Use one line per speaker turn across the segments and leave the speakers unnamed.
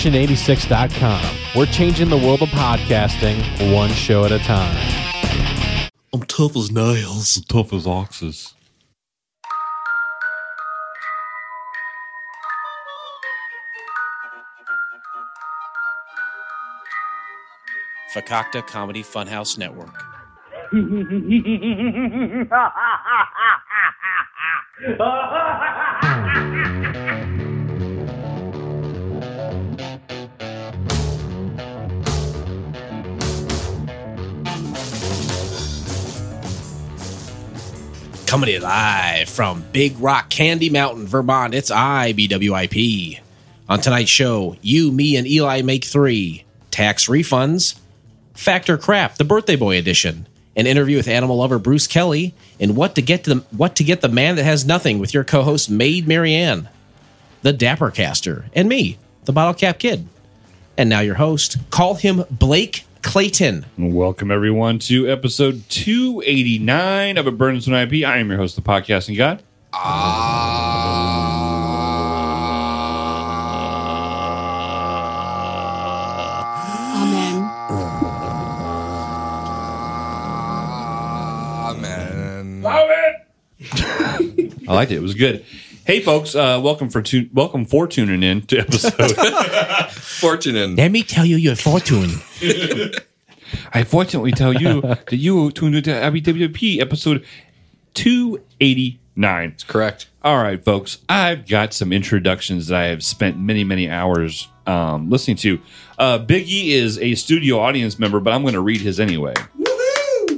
section86.com. We're changing the world of podcasting one show at a time.
I'm tough as nails.
Tough as oxes.
Fakakta Comedy Funhouse Network. Coming to you live from Big Rock Candy Mountain, Vermont, it's I, BWIP. On tonight's show, you, me, and Eli make three tax refunds, Factor Crap, the Birthday Boy edition, an interview with animal lover Bruce Kelly, and what to get to the what to get the man that has nothing with your co-host Maid Marianne, the Dapper Caster, and me, the Bottle Cap Kid. And now your host, call him Blake Clayton.
Welcome everyone to episode 289 of a Burdenston IP. I am your host, the podcasting god.
Amen.
I liked it. It was good. Hey folks, uh, welcome for tu- welcome for tuning in to episode.
Fortune in.
Let me tell you your fortune.
I fortunately tell you that you tuned into IBWP episode 289.
Correct.
All right, folks, I've got some introductions that I have spent many, many hours um, listening to. Uh, Biggie is a studio audience member, but I'm going to read his anyway.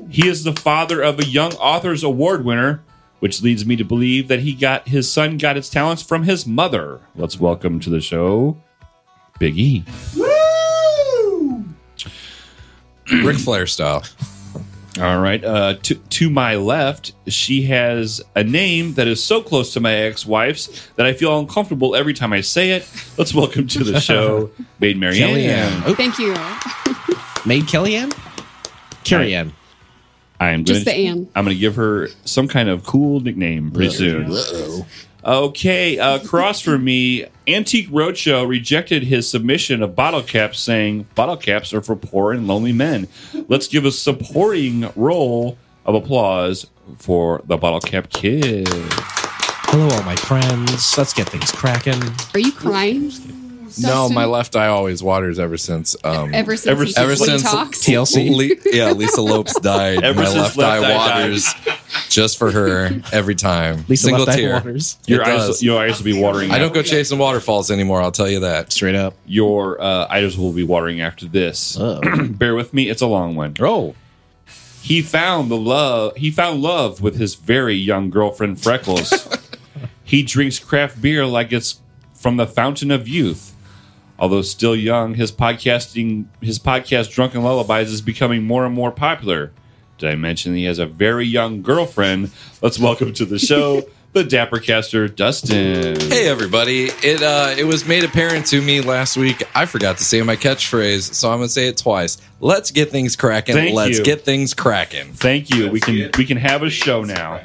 He is the father of a Young Authors Award winner, which leads me to believe that he got his son got its talents from his mother. Let's welcome to the show,
E.
Biggie.
Ric Flair style.
All right. Uh, to, to my left, she has a name that is so close to my ex wife's that I feel uncomfortable every time I say it. Let's welcome to the show, Maid Marianne.
Kellyanne.
Thank you.
Maid Kellyanne? Carrie
I am
Just
gonna-
the Ann.
I'm going to give her some kind of cool nickname pretty soon. Okay. Uh, across from me, Antique Roadshow rejected his submission of bottle caps, saying bottle caps are for poor and lonely men. Let's give a supporting roll of applause for the bottle cap kid.
Hello, all my friends. Let's get things cracking.
Are you crying?
No,
Dustin?
my left eye always waters ever since. Um,
Ever since
Ever-
he
ever
sleep
since
talks.
TLC.
Le- yeah, Lisa Lopes died.
Ever
my
since
left,
left
eye
eye died.
waters just for her every time.
Lisa
Single
left
tear.
eye waters.
Your
It
eyes,
does.
your eyes will be watering.
I don't go
after-
chasing waterfalls anymore. I'll tell you that.
Straight up.
Your uh, eyes will be watering after this. Bear with me; it's a long one.
Oh.
He found the love. He found love with his very young girlfriend Freckles. he drinks craft beer like it's from the fountain of youth. Although still young, his podcasting, his podcast "Drunken Lullabies" is becoming more and more popular. Did I mention he has a very young girlfriend? Let's welcome to the show the Dapper Caster Dustin.
Hey everybody! It uh, it was made apparent to me last week. I forgot to say my catchphrase, so I'm gonna say it twice. Let's get things cracking.
Thank
Let's
you.
get things cracking.
Thank you. we can we can have a show now.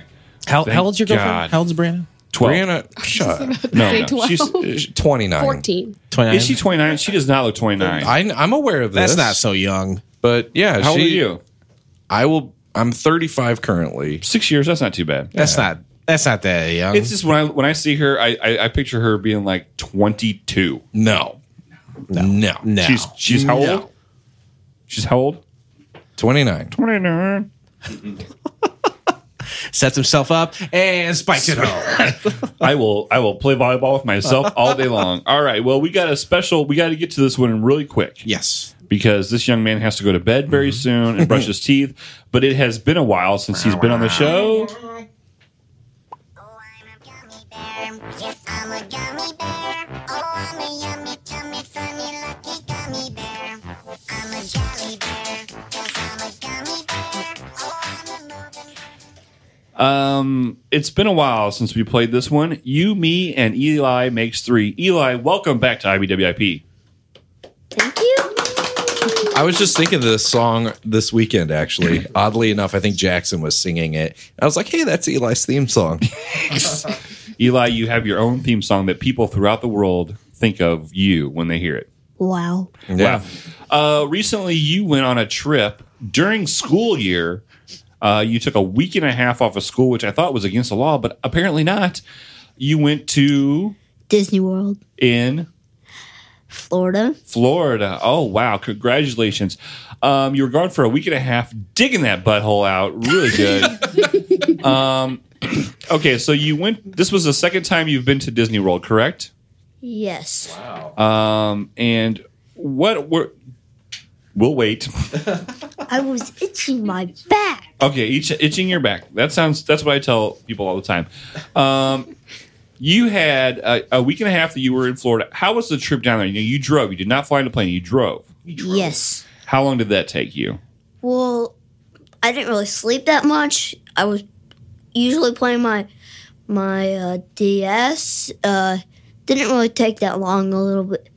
How,
Thank
how old's your girlfriend?
God.
How old's Brianna?
Twelve.
Brianna, shut. up.
no,
Say
no.
12.
She's,
29.
14.
29.
is she twenty nine? She does not look twenty nine.
I, I'm aware of this.
That's not so young.
But yeah,
How old
she-
are you?
I will. I'm 35 currently.
Six years. That's not too bad.
That's not that's not that young.
It's just when I when I see her, I I, I picture her being like twenty two.
No, no, no.
no.
She's she's how
No.
old? She's how old?
29.
Twenty nine.
Sets himself up and spikes it home.
I will I will play volleyball with myself all day long. All right. Well, we got a special. We got to get to this one really quick.
yes.
because this young man has to go to bed very soon and brush his teeth. But it has been a while since he's been on the show.
Oh, I'm a gummy bear. Yes, I'm a gummy bear. Oh, I'm a yummy, tummy, funny, lucky gummy bear. I'm a jolly bear. Yes, I'm a gummy bear. Oh, I'm a moving.
Um, it's been a while since we played this one. You, me, and Eli makes three. Eli, welcome back to IBWIP.
Thank you.
I was just thinking of this song this weekend, actually. Oddly enough, I think Jackson was singing it. I was like, hey, that's Eli's theme song.
Eli, you have your own theme song that people throughout the world think of you when they hear it.
Wow.
Yeah.
Wow. Uh, recently, you went on a trip during school year. Uh, you took a week and a half off of school, which I thought was against the law, but apparently not. You went to
Disney World,
in
Florida.
Florida. Oh wow! Congratulations. Um, you were gone for a week and a half, digging that butthole out really good. um, okay, so you went. This was the second time you've been to Disney World, correct?
Yes.
Um, and what were? We'll wait.
I was itching my back.
Okay, each, itching your back. That sounds. That's what I tell people all the time. Um, you had a, a week and a half that you were in Florida. How was the trip down there? You know, you drove. You did not fly in a plane. You drove.
Yes.
How long did that take you?
Well, I didn't really sleep that much. I was usually playing my my uh, DS. Uh, didn't really take that long. A little bit.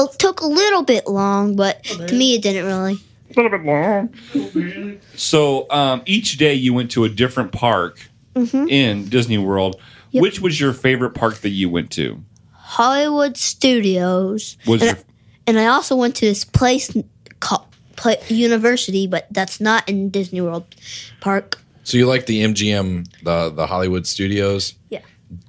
It took a little bit long, but
Oh,
to me, it didn't really.
So um, each day you went to a different park
Mm-hmm.
in Disney World. Which was your favorite park that you went to?
Hollywood Studios.
Was
and,
your-
I, and I also went to this place called pla University, but that's not in Disney World Park.
So you like the MGM, the the Hollywood studios?
Yeah.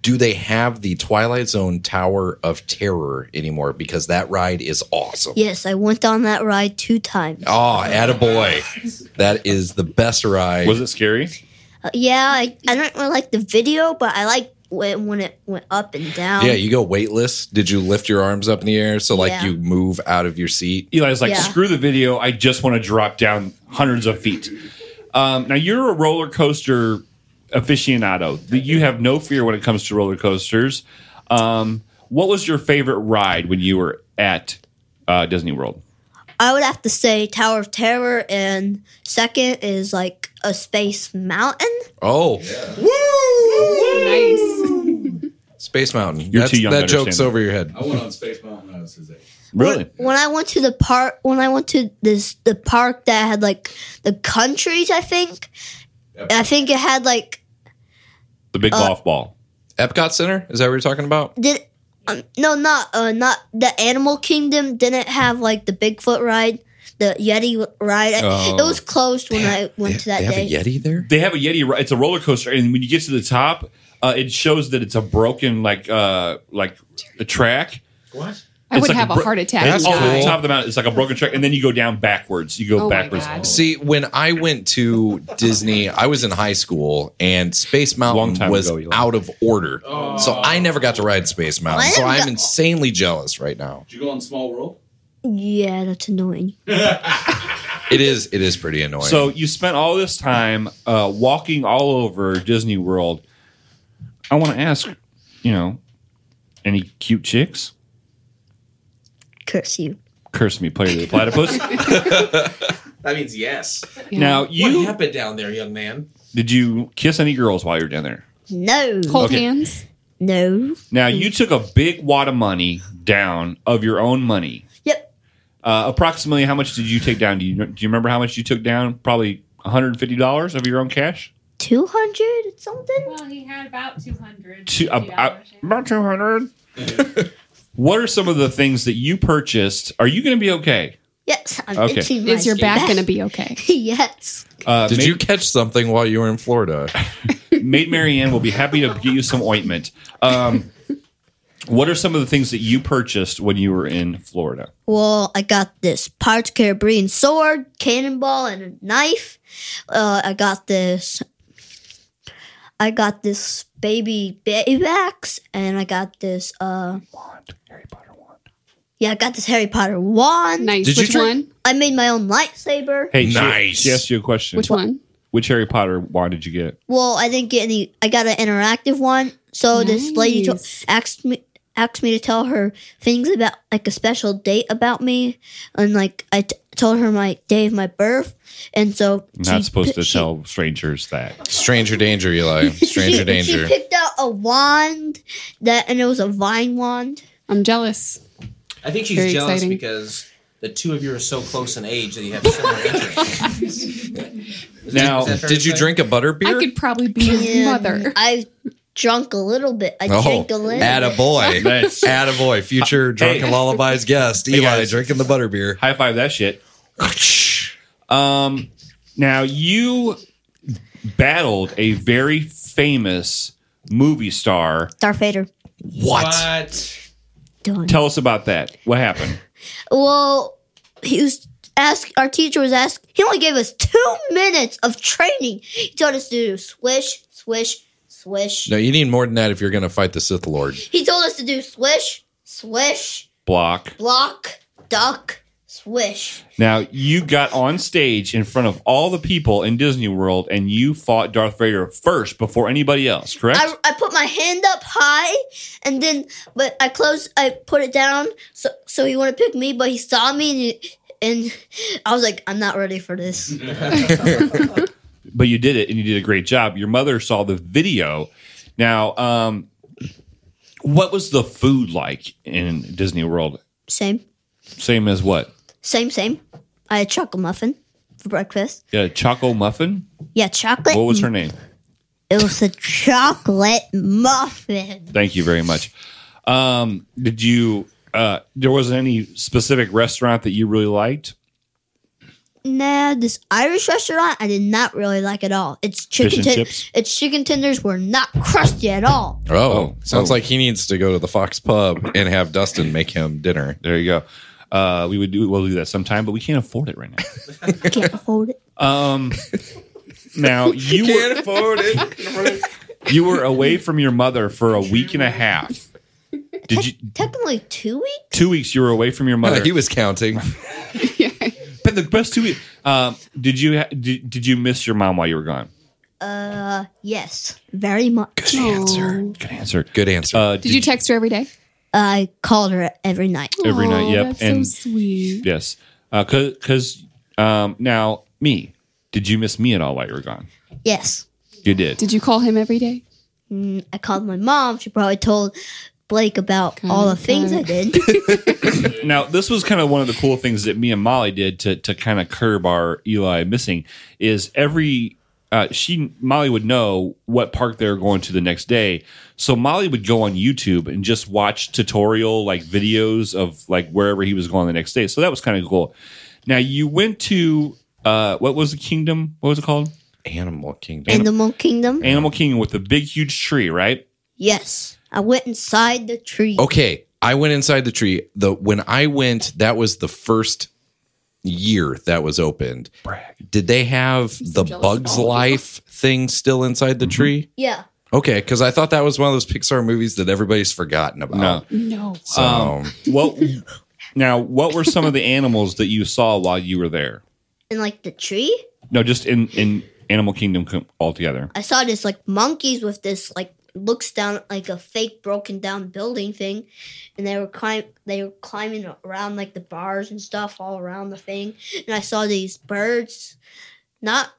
Do they have the Twilight Zone Tower of Terror anymore? Because that ride is awesome.
Yes, I went on that ride two times.
Oh, attaboy. That is the best ride.
Was it scary?
Uh, yeah, I, I don't really like the video, but I like when, when it went up and down.
yeah, you go weightless. Did you lift your arms up in the air so like
Um, Yeah.
you move out of your seat?
Eli's like,
Yeah.
screw the video. I just want to drop down hundreds of feet. Um, now you're a roller coaster aficionado. You have no fear when it comes to roller coasters. Um, what was your favorite ride when you were at uh, Disney World?
I would have to say Tower of Terror, and second is like a space mountain.
Oh,
Nice.
Space Mountain.
You're
That's-
too young to
that joke's
understand.
over your head.
I went on Space Mountain when I was his age.
Really?
When I went to the park, when I went to this the park that had like the countries, I think, I think it had like
The big golf ball.
Epcot Center? Is that what you're talking about?
did um, no not uh, not the Animal Kingdom didn't have like the Bigfoot ride, the Yeti ride. It was closed when I went to that
Oh. they
day.
have a Yeti there?
They have a Yeti. ri- It's a roller coaster, and when you get to the top, uh, it shows that it's a broken like uh, like a track.
What?
I
I would have a heart attack.
It's
you
all over the
guys.
top of the mountain. It's like a broken track, and then you go down backwards. You go
Oh my
backwards.
God.
See, when I went to Disney, I was in high school and Space
Long
Mountain
time
was
ago, Eli.
out of order. So I never got to ride Space Mountain.
I
so
never
I'm
got-
insanely jealous right now.
Did you go on Small World?
Yeah, that's annoying.
It is it is pretty annoying.
So you spent all this time uh, walking all over Disney World. I want to ask, you know, any cute chicks?
Curse you.
Curse me, player of the platypus.
That means yes.
Yeah.
now
What
you
happened down there, young man?
did you kiss any girls while you were down there?
No,
Hold
Okay.
hands.
no.
Now you took a big wad of money down of your own money.
Yep.
Uh, approximately how much did you take down? Do you do you remember how much you took down? Probably one hundred and fifty dollars of your own cash.
200 something?
Well, he had about 200.
Two, about uh, about two hundred. what are some of the things that you purchased? Are you going to be okay?
Yes, I'm
Okay.
itching my
Is your back going to be okay?
yes.
Uh,
Did
Ma-
you catch something while you were in Florida?
Maid Marianne will be happy to get you some ointment. Um, what are some of the things that you purchased when you were in Florida?
Well, I got this Pirates of the Caribbean sword, cannonball, and a knife. Uh, I got this. I got this baby baby axe, and I got this. Uh,
Wand, Harry Potter wand.
yeah, I got this Harry Potter wand.
Nice.
Did you
Which
try-
one?
I made my own lightsaber.
Hey, she-
Nice.
She, asked you a question.
Which one?
Which Harry Potter wand did you get?
Well, I didn't get any. I got an interactive one. So this lady to-
Nice.
asked me asked me to tell her things about like a special date about me, and like I t- told her my day of my birth, and so
Not
she
supposed
pi-
to
she-
tell strangers that.
Stranger danger, Eli.
She,
Stranger danger.
she picked out a wand that, and it was a vine wand.
I'm jealous.
I think she's
Very
jealous
exciting.
because the two of you are so close in age that you have similar interests. Is that-
Now,
is that fair
Did
to
you
say?
drink a butter beer?
I could probably be his
And
mother.
I drunk a little bit. I
Oh,
drank a little.
at a boy,
Nice.
at a boy, future drunken lullabies guest Eli
guys.
drinking the butterbeer.
High five that shit. um, now you battled a very famous movie star.
Darth Vader.
What?
What?
Done.
Tell us about that. What happened?
Well, he was ask our teacher was asked. He only gave us two minutes of training. He told us to do swish, swish, swish.
No, you need more than that if you're going to fight the Sith Lord.
He told us to do swish, swish,
Block.
block, duck, swish.
Now you got on stage in front of all the people in Disney World and you fought Darth Vader first before anybody else, correct?
I, I put my hand up high, and then but I closed. I put it down. So so he wanted to pick me, but he saw me, and, he, and I was like, I'm not ready for this.
but you did it and you did a great job. Your mother saw the video. Now, um, what was the food like in Disney World?
Same,
Same as what?
same, same. I had chocolate muffin for breakfast.
Yeah, Uh, Choco Muffin?
Yeah, chocolate.
What was her name?
It was a chocolate muffin.
Thank you very much. Um, did you, uh, there wasn't any specific restaurant that you really liked?
Now, this Irish restaurant I did not really like at all. Its chicken
and
ten-
chips?
its chicken tenders were not crusty at all.
Oh,
Oh,
sounds
oh.
like he needs to go to the Fox Pub and have Dustin make him dinner.
There you go. Uh, we would do, we'll do that sometime, but we can't afford it right now.
Can't afford it.
Um, now you were,
afford it.
you were away from your mother for a week and a half. Did you,
Technically, two weeks.
two weeks you were away from your mother.
he was counting.
But the best two weeks. Um, did you ha- did, did you miss your mom while you were gone?
Uh, yes, very much.
Answer.
Good answer.
Good answer.
Uh,
Did you text her every day?
I called her every night.
every night?
Oh,
Yep.
That's
and
so sweet.
yes, because um, now me. Did you miss me at all while you were gone?
Yes,
You did.
Did you call him every day?
Mm, I called my mom. She probably told Blake about
Got
all the
it,
things
got
I did.
now this was kind of one of the cool things that me and Molly did to to kind of curb our Eli missing is every uh, she Molly would know what park they were going to the next day, so Molly would go on YouTube and just watch tutorial like videos of like wherever he was going the next day. So that was kind of cool. Now you went to uh, what was the kingdom? What was it called?
Animal Kingdom.
Animal Kingdom.
Animal Kingdom with the big huge tree, right?
Yes, I went inside the tree.
okay, I went inside the tree. The when I went, that was the first year that was opened. Did they have the
jealous
Bugs
of all of
Life thing still inside
Mm-hmm.
the tree?
Yeah.
Okay, because I thought that was one of those Pixar movies that everybody's forgotten about.
No. Um,
No.
So
What now? What were some of the animals that you saw while you were there?
And like the tree,
No, just in in Animal Kingdom com- altogether.
I saw this like monkeys with this like looks down like a fake broken down building thing, and they were climb they were climbing around like the bars and stuff all around the thing, and I saw these birds, not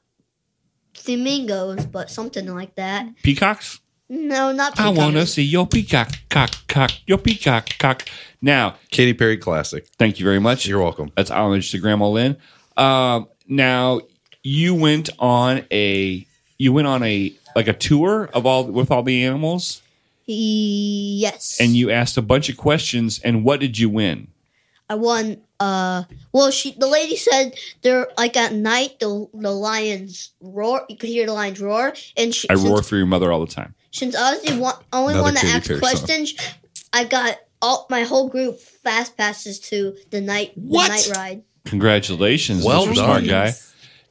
flamingos but something like that.
Peacocks.
No, not.
I want to
peacocks.
see your peacock, cock, cock, your peacock, cock. Now,
Katy Perry classic.
thank you very much.
You're welcome.
That's homage to Grandma Lynn. Um, now, you went on a you went on a like a tour of all with all the animals,
Yes.
and you asked a bunch of questions. And what did you win?
I won. Uh, well, she the lady said there like at night the the lions roar. You could hear the lions roar, and she
I
since-
roar for your mother all the time.
Since I was the one, only
Another
one that
Katy
asked
Perry song.
questions, I got all my whole group fast passes to the night
What?
the night ride,
Congratulations,
Well
Mr. Smart
done.
Guy.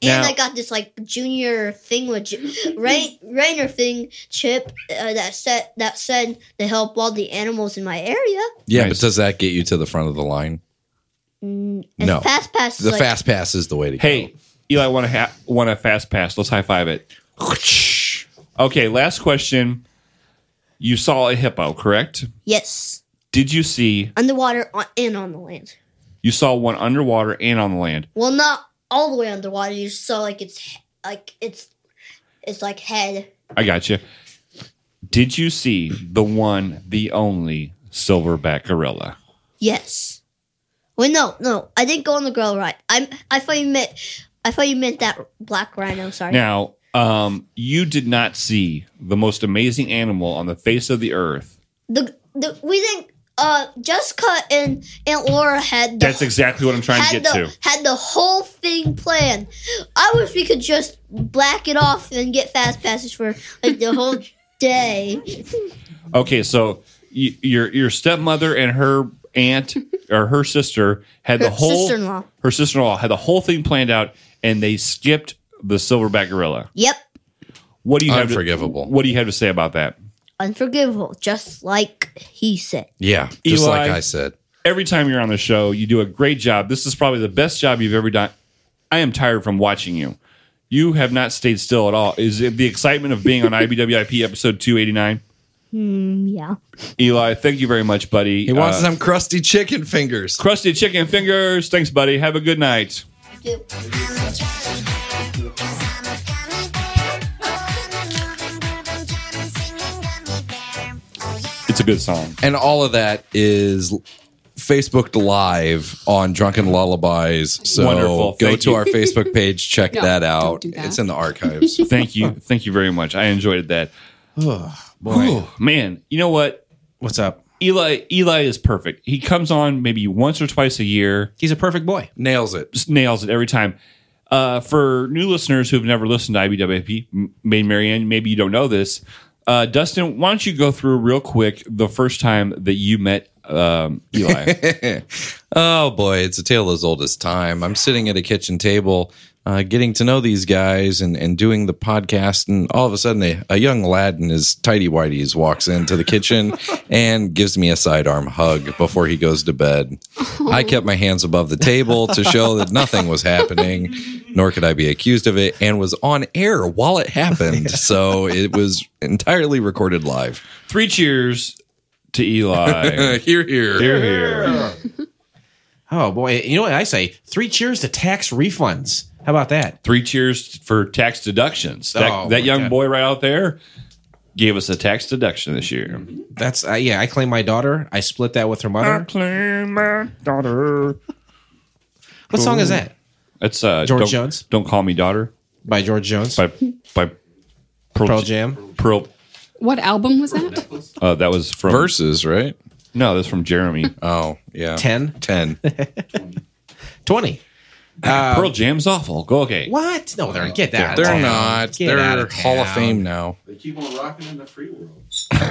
and
Now-
I got this like junior thing with Ju- Rain Rainer thing chip uh, that said that said to help all the animals in my area.
Yeah,
Nice.
but does that get you to the front of the line?
Mm, and
No.
fast pass. is
The
like,
fast pass is the way to
Hey, Eli, want to ha- want a fast pass? Let's high five it. Okay, last question. You saw a hippo, correct?
Yes,
Did you see?
underwater on, and on the land.
You saw one underwater and on the land.
Well, not all the way underwater. You saw like it's like it's it's like head.
I got you. Did you see the one, the only silverback gorilla?
Yes. Wait, no, no. I didn't go on the girl ride. I I thought you meant I thought you meant that black rhino. Sorry.
Now, Um, you did not see the most amazing animal on the face of the earth.
The, the we think uh Jessica and Aunt Laura had the,
That's exactly what I'm trying to
had
get
the,
to.
had the whole thing planned. I wish we could just black it off and get fast passes for like the whole day.
Okay, so y- your your stepmother and her aunt or her sister had the
Her
whole
sister-in-law.
her sister-in-law had the whole thing planned out, and they skipped the silverback gorilla.
Yep,
What do you have? To,
Unforgivable.
what do you have to say about that?
unforgivable, just like he said.
yeah, just
Eli.
like I said.
Every time you're on the show, you do a great job. This is probably the best job you've ever done. I am tired from watching you. You have not stayed still at all. Is it the excitement of being on IBWIP episode 289?
Yeah.
Eli, thank you very much, buddy.
He wants
Uh,
some crusty chicken fingers.
crusty chicken fingers. Thanks, buddy. Have a good
I'm
night.
a jolly bear, cause I'm a gummy bear. Oh, I'm a moving, grooving, jamming, singing gummy bear. Oh, yeah.
It's a good song.
And all of that is Facebooked live on Drunken Lullabies. So
Wonderful.
go
Thank
to
you.
our Facebook page, check
No,
that
don't
out.
do that.
It's in the archives.
Thank you. Thank you very much. I enjoyed that.
Boy,
Man, you know what?
what's up?
Eli Eli is perfect. He comes on maybe once or twice a year.
He's a perfect boy.
Nails it.
Just nails it every time. Uh, for new listeners who've never listened to IBWP, M- Maid Marianne, maybe you don't know this. Uh, Dustin, why don't you go through real quick the first time that you met um, Eli?
Oh boy, it's a tale as old as time. I'm sitting at a kitchen table, uh, getting to know these guys and, and doing the podcast, and all of a sudden, a, a young lad in his tidy whities walks into the kitchen and gives me a sidearm hug before he goes to bed. I kept my hands above the table to show that nothing was happening, nor could I be accused of it, and was on air while it happened. So it was entirely recorded live.
Three cheers to Eli.
here, here.
Here, here.
Oh boy, you know what I say? Three cheers to tax refunds. How about that?
Three cheers for tax deductions. That,
Oh,
that
my
young
God.
boy right out there gave us a tax deduction this year.
That's uh, yeah. I claim my daughter. I split that with her
Uh,
mother.
claim my daughter.
What song is that?
That's uh,
George
don't,
Jones?
Don't call me daughter
By George Jones.
by by Pearl,
Pearl
J-
Jam.
Pearl.
What album was that?
Uh, that was from
Verses, right?
no, that's from Jeremy.
Oh, yeah.
10?
10.
20.
Uh, Pearl Jam's awful. Go okay.
Um, What? No, they're get that. out of
They're
town.
not.
Get out
They're
of
Hall of
town.
Fame now.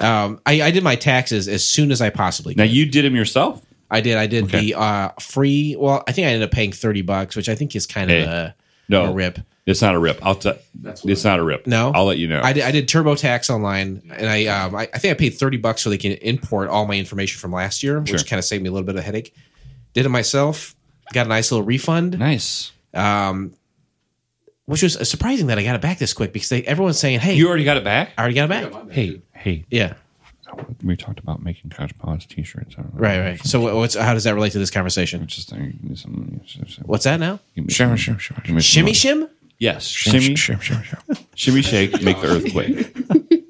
Um, I, I did my taxes as soon as I possibly could.
Now you did him yourself.
I did. I did
Okay.
the uh, free. Well, I think I ended up paying thirty bucks, which I think is kind
Hey.
of a,
No
a rip.
It's not a rip. I'll t- It's not a rip.
No?
I'll let you know.
I did, I did TurboTax online, and I, um, I I think I paid thirty bucks so they can import all my information from last year,
Sure.
which kind of saved me a little bit of a headache. Did it myself. Got a nice little refund.
nice.
Um, which was surprising that I got it back this quick because they, everyone's saying, "Hey,
You already got it back.
I already got it back."
Hey, hey.
Yeah,
We talked about making Couch Pods T-shirts. I don't know.
right, right. So, what- what's how does that relate to this conversation?
Just uh, give me some.
What's that now?
Give me some- give me some-
Shimmy shim.
Yes, shimmy, shimmy, shake, make the earth quake.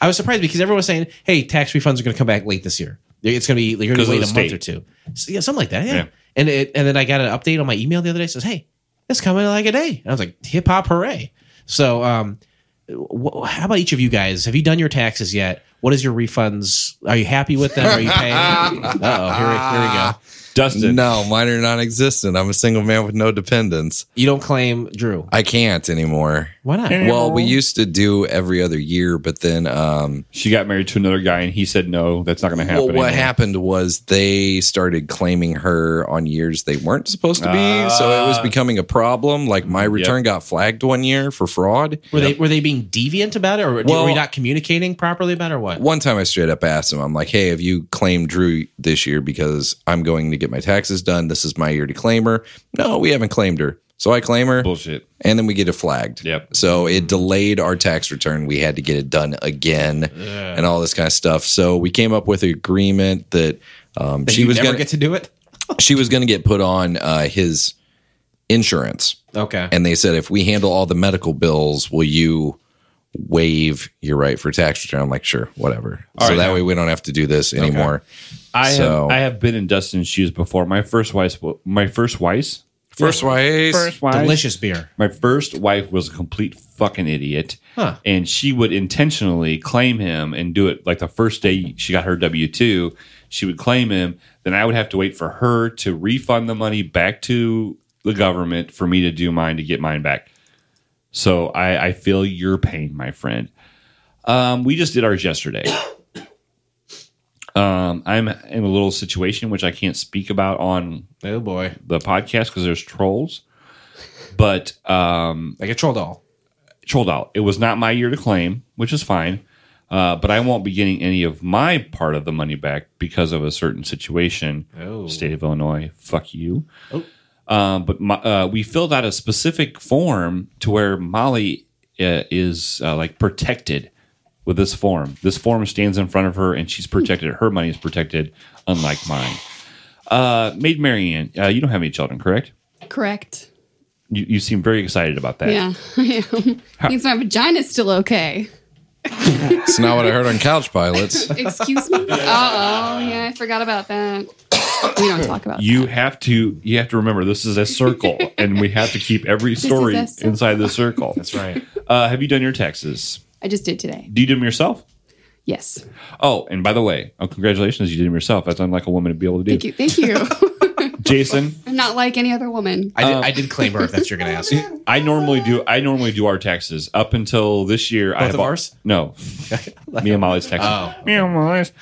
I was surprised because everyone was saying, "Hey, tax refunds are going to come back late this year. It's going to be you're going
'Cause
to
of
wait a
the
month
state.
or two, so, yeah, something like that." Yeah.
Yeah.
And it, and then I got an update on my email the other day. It says, "Hey, it's coming in like a day." And I was like, "Hip hop hooray!" So, um, wh- how about each of you guys? Have you done your taxes yet? What is your refunds? Are you happy with them? Are you paying? oh, here, we- here we go.
Dustin,
No, mine are non existent. I'm a single man with no dependents.
You don't claim Drew.
I can't anymore.
Why not?
Well, we used to do every other year, but then um,
she got married to another guy, and he said no, that's not going to happen.
well, what
anymore.
happened was they started claiming her on years they weren't supposed to be. so it was becoming a problem. Like my return got flagged one year for fraud.
Were they were they being deviant about it, or did-
Well-
were you not communicating properly about it, or what?
One time I straight up asked him, I'm like, hey, have you claimed Drew this year because I'm going to get my taxes done? This is my year to claim her. No, we haven't claimed her. So I claim her.
Bullshit.
and then we get it flagged.
Yep.
So it delayed our tax return. We had to get it done again, and all this kind of stuff. So we came up with an agreement that um, she
you
was
never
going
get to do it.
she was going to get put on uh, his insurance,
Okay.
and they said if we handle all the medical bills, will you waive your right for tax return? I'm like, sure, whatever. so
right,
that
yeah.
way we don't have to do this anymore.
I
So-
have I have been in Dustin's shoes before. My first wife, my first wife,
First YAs.
First wife.
Delicious beer.
My first wife was a complete fucking idiot.
Huh.
And she would intentionally claim him and do it like the first day she got her W 2. She would claim him. Then I would have to wait for her to refund the money back to the government for me to do mine to get mine back. So I, I feel your pain, my friend. Um, we just did ours yesterday. um, I'm in a little situation which I can't speak about on
Oh boy,
the podcast because there's trolls. But um,
like a troll doll.
trolled out. It was not my year to claim, which is fine. Uh, but I won't be getting any of my part of the money back because of a certain situation.
Oh.
State of Illinois, fuck you. Um, but my, uh, we filled out a specific form to where Molly uh, is uh, like protected with this form. This form stands in front of her, and she's protected. Her money is protected, unlike mine. Uh, Maid Marianne, uh, you don't have any children, correct?
Correct.
You, you seem very excited about that.
Yeah, I am. Means my vagina's still okay.
It's not what I heard on Couch Pilots.
Excuse me. Oh, yeah, I forgot about that. We don't talk about
you have to you have to remember this is a circle and we have to keep every
is
story
a circle.
inside the circle
That's right.
uh, have you done your taxes
I just did today.
do you do them yourself
Yes.
oh and by the way oh, congratulations you did them yourself that's unlike a woman to be able to do
Thank you. Thank you.
jason Um,
I'm not like any other woman.
I did, I did claim her. If that's what you're gonna ask.
i normally do i normally do our taxes up until this year i
Both
have
of ours?
no me and molly's taxes
Oh.
me and molly's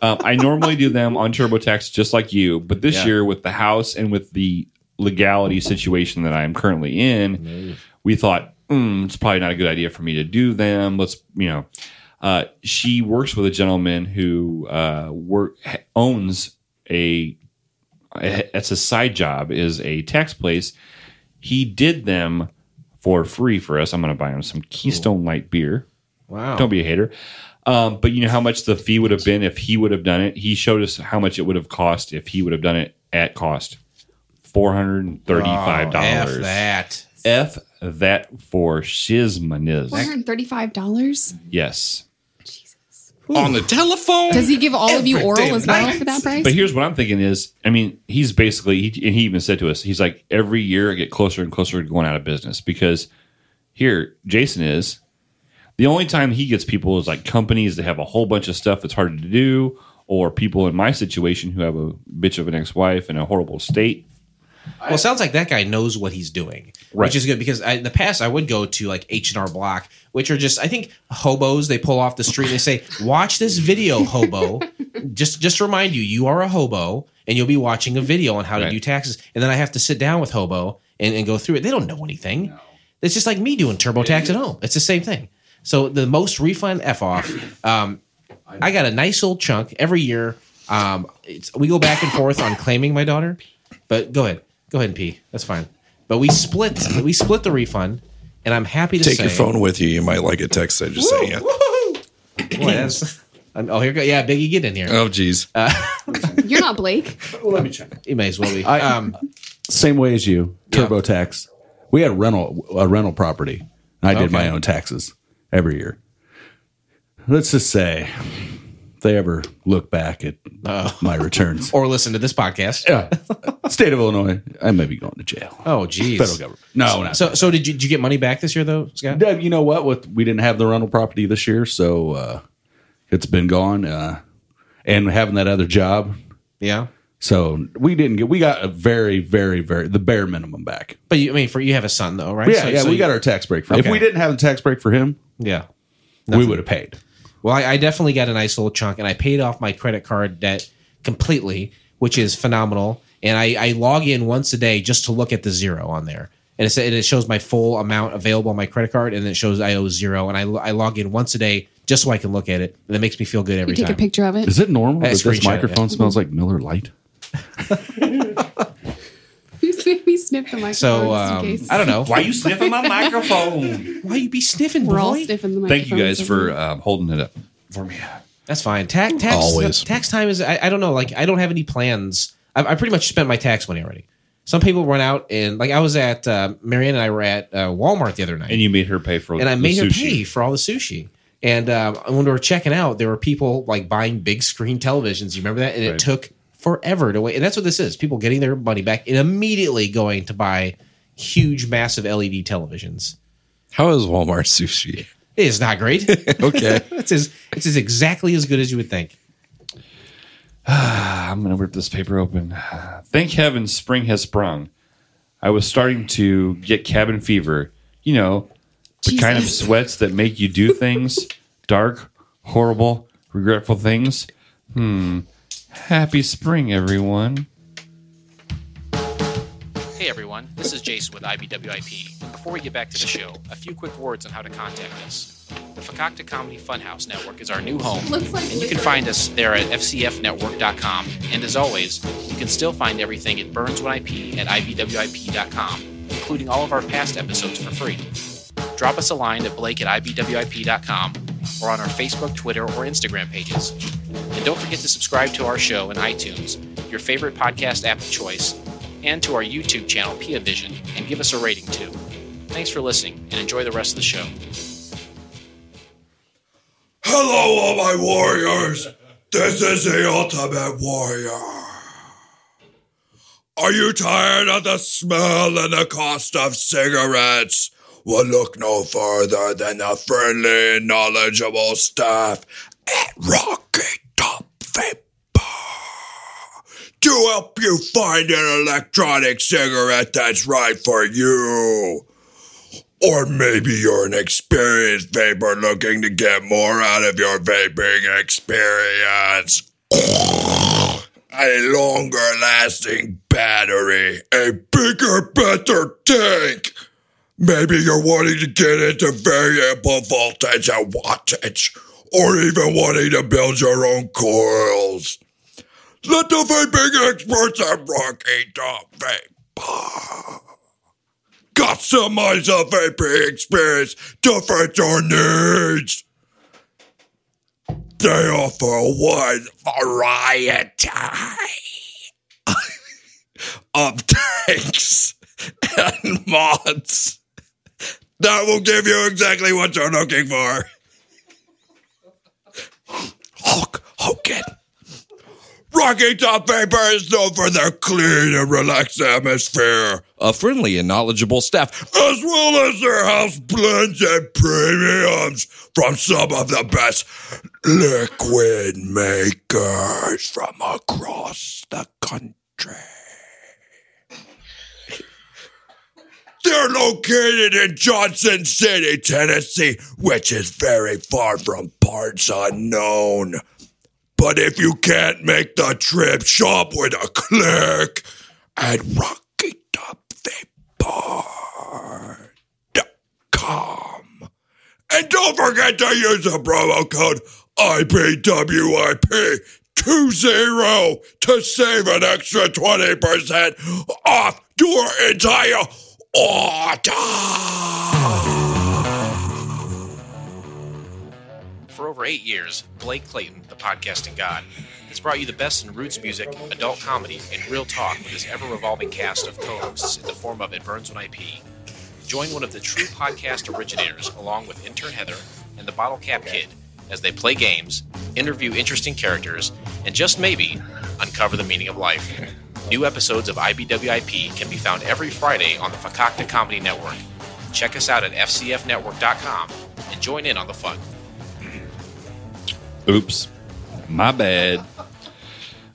um, i normally do them on turbotax just like you but this
Yeah.
year with the house and with the legality situation that i am currently in we thought mm, it's probably not a good idea for me to do them. Let's, you know, uh, she works with a gentleman who uh, work ha- owns a. That's a side job is a tax place. He did them for free for us. I'm going to buy him some Keystone Light beer.
Wow.
Don't be a hater. Um, but you know how much the fee would have been if he would have done it. He showed us how much it would have cost if he would have done it at cost. Four hundred and thirty-five dollars.
F that.
F that for shizmaniz.
$435?
Yes.
on the telephone.
Does he give all of you oral as well for that price?
But here's what I'm thinking is, I mean, he's basically, he, and he even said to us, he's like, every year I get closer and closer to going out of business because here, Jason is. The only time he gets people is like companies that have a whole bunch of stuff that's hard to do, or people in my situation who have a bitch of an ex wife in a horrible state.
Well, it sounds like that guy knows what he's doing,
Right.
which is good because I, in the past I would go to like H and R Block, which are just I think hobos. They pull off the street and they say, "Watch this video, hobo." just just to remind you, you are a hobo, and you'll be watching a video on how to
Right.
do taxes. And then I have to sit down with hobo and, and go through it. They don't know anything. It's just like me doing TurboTax at home. It's the same thing. So the most refund f off. Um, I got a nice old chunk every year. Um, it's, we go back and forth on claiming my daughter, but go ahead, go ahead and pee. That's fine. But we split, we split the refund, and I'm happy to
Take
say,
your phone with you. You might like a text I just sent you.
Boy, that's- oh, here go. Yeah, Biggie, get in here.
Oh, geez.
Uh,
You're not Blake.
You may as well be.
I-
um,
Same way as you,
Yeah.
TurboTax. We had rental a rental property. And I did my
Okay.
own taxes every year. Let's just say if they ever look back at
Oh.
my returns.
or listen to this podcast.
yeah. State of Illinois, I may be going to jail.
Oh, geez.
Federal government. No, not
So, so did you, did you get money back this year though, Scott?
Deb, you know what? With we didn't have the rental property this year, so uh, it's been gone. Uh, and having that other job,
Yeah.
so we didn't get. We got a very, very, very the bare minimum back.
But you, I mean, for you have a son though, right?
Yeah,
So-
yeah.
so
we
you-
got our tax break. For, If
Okay.
we didn't have the tax break for him,
yeah.
we would have paid.
Well, I, I definitely got a nice little chunk, and I paid off my credit card debt completely, which is phenomenal. And I, I log in once a day just to look at the zero on there, and it's, and it shows my full amount available on my credit card, and it shows I owe zero. And I, lo- I log in once a day just so I can look at it, and it makes me feel good every
You take
time.
a picture of it.
Is it normal
Hey,
that
screenshot it,
this microphone smells like Miller Light?
Please make me sniff the microphone
So
just
um,
in case.
I don't know
Why you sniffing my microphone?
why you be sniffing,
We're all
boy?
sniffing the microphone.
Thank you guys for um, holding it up for me.
That's fine. Tax, tax
Always.
tax time is. I, I don't know. Like I don't have any plans. I, I pretty much spent my tax money already. Some people run out and like I was at uh, Marianne and I were at uh, Walmart the other night,
And you made her pay for
and I
the
made her
sushi.
pay for all the sushi. And um, when we were checking out, there were people like buying big screen televisions. You remember that? And it
Right.
took forever to wait. And that's what this is people getting their money back and immediately going to buy huge, massive LED televisions.
How is Walmart sushi?
It is not great.
Okay.
it's, as, it's as exactly as good as you would think.
Ah, I'm going to rip this paper open. Thank heaven spring has sprung. I was starting to get cabin fever. You know, the kind of
Jesus.
sweats that make you do things dark, horrible, regretful things. Hmm. Happy spring, everyone.
Hey everyone, this is Jason with IBWIP. And before we get back to the show, a few quick words on how to contact us. The Fakakta Comedy Funhouse Network is our new home,
Looks like
and you can
liquor.
find us there at fcfnetwork.com. And as always, you can still find everything at burns1ip at ibwip.com, including all of our past episodes for free. Drop us a line at blake at ibwip.com or on our Facebook, Twitter, or Instagram pages. And don't forget to subscribe to our show in iTunes, your favorite podcast app of choice, and to our YouTube channel, Pia Vision, and give us a rating too. Thanks for listening and enjoy the rest of the show.
Hello, all my warriors. This is the ultimate warrior. Are you tired of the smell and the cost of cigarettes? Well, look no further than the friendly, knowledgeable staff at Rocket Top Vapor to help you find an electronic cigarette that's right for you. Or maybe you're an experienced vapor looking to get more out of your vaping experience. A longer lasting battery, a bigger, better tank. Maybe you're wanting to get into variable voltage and wattage, or even wanting to build your own coils. Let the vaping experts at Rocky Top Vape customize the vaping experience to fit your needs. They offer a wide variety of tanks and mods that will give you exactly what you're looking for. Hulk Hogan. Rocky Top Vapor is known for their clean and relaxed atmosphere.
A Uh, friendly and knowledgeable staff.
as well as their house blends and premiums from some of the best liquid makers from across the country. They're located in Johnson City, Tennessee, which is very far from parts unknown. But if you can't make the trip, shop with a click at com. And don't forget to use the promo code IPWIP20 to save an extra 20% off your entire order.
For over eight years, Blake Clayton, the podcasting god, has brought you the best in roots music, adult comedy, and real talk with his ever revolving cast of co hosts in the form of It Burns When IP. Join one of the true podcast originators along with intern Heather and the Bottle Cap Kid as they play games, interview interesting characters, and just maybe uncover the meaning of life. New episodes of IBWIP can be found every Friday on the Fakakta Comedy Network. Check us out at fcfnetwork.com and join in on the fun.
Oops. My bad.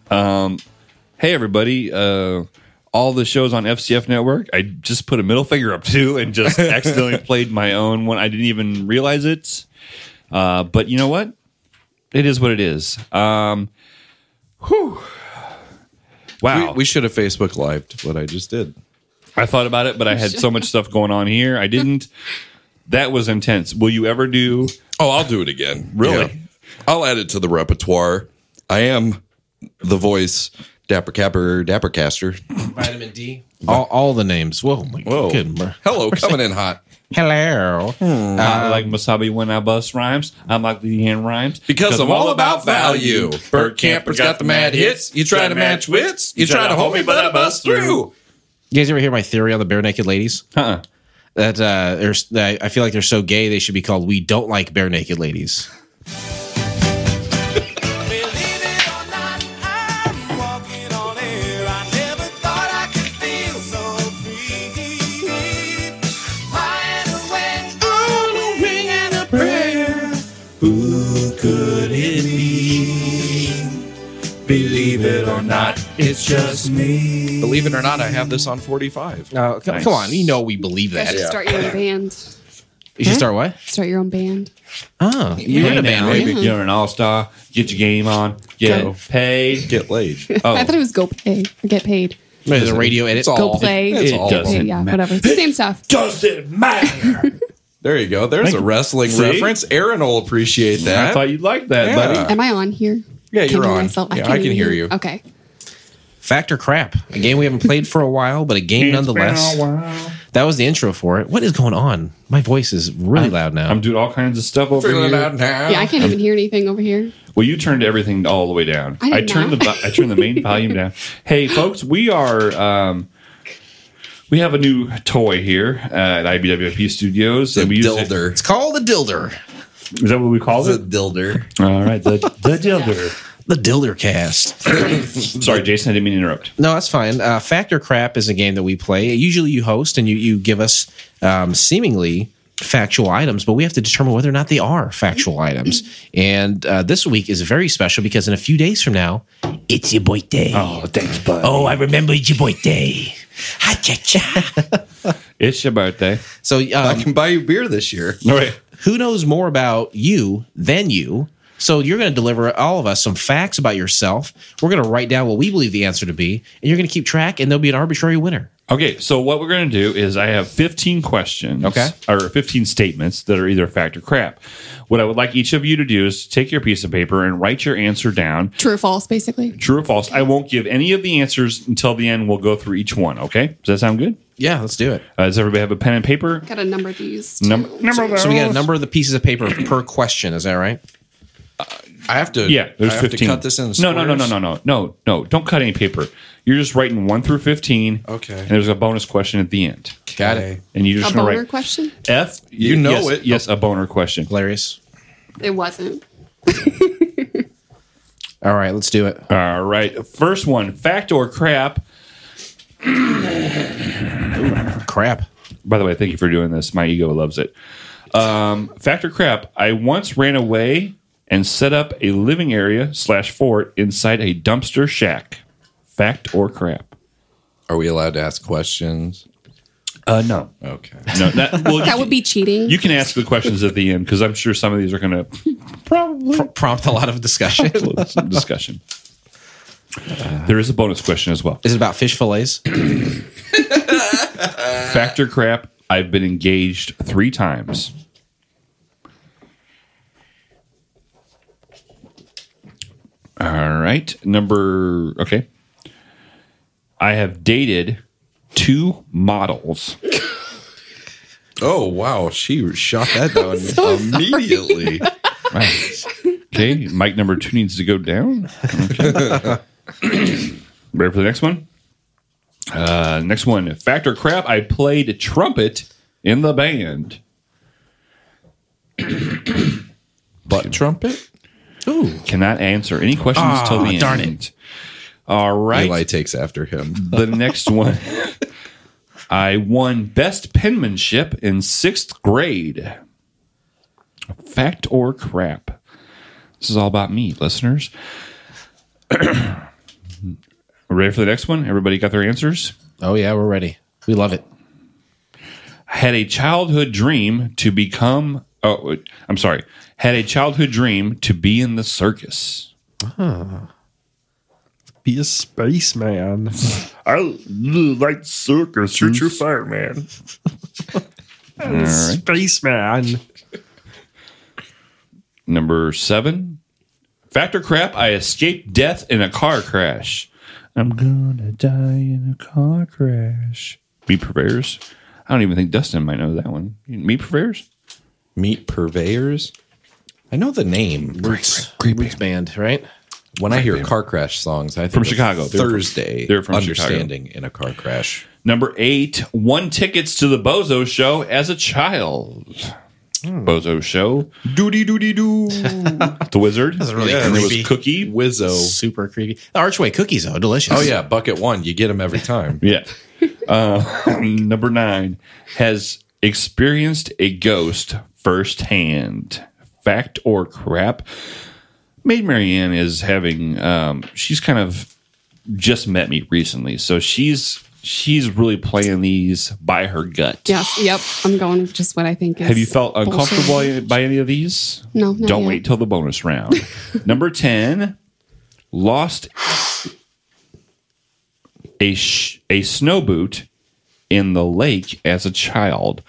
Um, hey, everybody. Uh, all the shows on FCF Network, I just put a middle finger up to and just accidentally played my own one. I didn't even realize it. Uh, but you know what? It is what it is. Um, whew. Wow.
We, we should have Facebook lived what I just did.
I thought about it, but I had so much stuff going on here. I didn't. That was intense. Will you ever do?
Oh, I'll do it again.
Really?
I'll add it to the repertoire. I am the voice, Dapper Capper, Dapper Caster.
Vitamin D. All, all the names. Whoa, my
Whoa.
good. mer-
Hello, coming in hot.
Hello.
Hmm.
I like Masabi when I bust rhymes. I like the hand rhymes
Because I'm all about value. Bert Camper's got the mad hits. You try to match wits. You try to hold me, but I bust through.
You guys ever hear my theory on the bare naked ladies?
Huh?
That uh, there's, that I feel like they're so gay they should be called "We Don't Like Bare Naked Ladies."
Believe it or not, I'm walking
It's just me.
Believe it or not, I have this on 45.
Uh, c-
Nice.
Come on, you know we believe
You guys
that.
should start your own band.
You should start what?
Start your own band.
Oh, you're in a band, right?
Yeah.
You're an all star. Get your game on. Get
Go.
paid. Oh, Get
laid.
I thought it was go pay or get paid.
Maybe the radio edit.
go play.
It, it
Go
doesn't.
pay, Yeah, whatever. It's the same stuff.
Doesn't matter.
There you go. There's
Thank
a
you.
wrestling
See?
reference. Aaron will appreciate that.
I thought you'd like that,
Yeah.
buddy.
Am I on here?
Yeah,
Can
you're
I hear
on.
myself?
Yeah,
can't
I can hear you.
Okay.
Factor crap. A game we haven't played for a while, but a game nonetheless. That was the intro for it. What is going on? My voice is really loud now.
I'm doing all kinds of stuff over
Feeling
here.
out now.
Yeah, I can't even hear anything over here.
Well, you turned everything all the way down.
I did
I, turned
not.
the vo- I turned the main volume down. Hey, folks, we are um, we have a new toy here uh, at IBWP Studios. and we use it-
Dilder.
It's called the dilder.
Is that what we call
It's a
it?
dilder.
All right, the, the dilder.
The dilder cast.
Sorry, Jason, I didn't mean to interrupt.
No, that's fine. Uh, Factor crap is a game that we play. Usually you host and you, you give us um, seemingly factual items, but we have to determine whether or not they are factual items. And uh, this week is very special because in a few days from now, it's your birthday.
Oh, thanks, bud.
Oh, I remember it's your birthday. Ha cha cha.
It's your birthday.
So
I
um,
can buy you beer this year.
All right.
who knows more about you than you. So you're going to deliver all of us some facts about yourself. We're going to write down what we believe the answer to be, and you're going to keep track, and there'll be an arbitrary winner.
Okay, so what we're going to do is I have 15 questions.
Okay.
Or 15 statements that are either fact or crap. What I would like each of you to do is take your piece of paper and write your answer down,
True or false, basically.
true or false. I won't give any of the answers until the end. We'll go through each one, okay? Does that sound good?
Yeah, let's do it.
Uh, does everybody have a pen and paper?
Got to number these.
Number, number
So we got a number of the pieces of paper per question. Is that right?
I have to.
Yeah, there's
I have
15.
to cut this in.
no, no, no, no, no, no, no, no. Don't cut any paper. You're just writing 1 through 15.
Okay.
And there's a bonus question at the end.
Got it.
And you're
A
just going to
boner
write
question?
F.
You know
yes,
it.
Yes, a boner question.
Hilarious.
It wasn't.
All right, let's do it.
All right. First one fact or crap.
Crap.
By the way, thank you for doing this. My ego loves it. Um, fact or crap. I once ran away and set up a living area slash fort inside a dumpster shack. Fact or crap?
Are we allowed to ask questions?
Uh, no.
Okay.
No, that, well, you
That would be cheating.
can- You can ask the questions at the end because I'm sure some of these are going to
Pr- prompt a lot of discussion.
some discussion. There is a bonus question as well.
Is it about fish fillets?
Fact or crap? I've been engaged three times. All right. Number, okay. I have dated two models.
Oh wow, she shot that down immediately.
Okay. Mic number two needs to go down. Okay. Ready for the next one? Uh, next one. Fact or crap? I played trumpet in the band.
Butt trumpet.
Ooh.
Cannot answer any questions till the end.
darn
it. All right.
Eli takes after him.
the next one. I won best penmanship in sixth grade. Fact or crap? This is all about me, listeners. Ready for the next one? Everybody got their answers?
Oh yeah, we're ready. We love it.
Had a childhood dream to become. Oh, wait, I'm sorry. Had a childhood dream to be in the circus.
Be a spaceman.
I like circus. Shoot your fireman.
Spaceman.
Number seven. Fact or crap? I escaped death in a car crash. I'm gonna die in a car crash. Meat purveyors. I don't even think Dustin might know that one. Meat purveyors.
Meat purveyors. I know the name.
Roots, Roots band, right?
When I hear car crash songs, I think
From
of
Chicago. They're from-
Thursday.
they're from Chicago.
understanding in a car crash.
Number eight. Won tickets to the Bozo Show as a child.
Hmm.
Bozo Show.
Doody doody doo.
The Wizard. That's
really
and there was
creepy.
Cookie.
Wizzo.
Super creepy. The Archway cookies though, delicious.
Oh yeah, bucket one. You get them every time.
Yeah. Uh, number nine has experienced a ghost firsthand. Fact or crap? Maid Marianne is having. Um, she's kind of just met me recently, so she's she's really playing these by her gut.
Yes. Yep. I'm going with just what I think is.
Have you felt
bullshit.
uncomfortable by any of these?
No, not
Don't
yet.
wait till the bonus round. Number 10, lost a, sh- a snow boot in the lake as a child.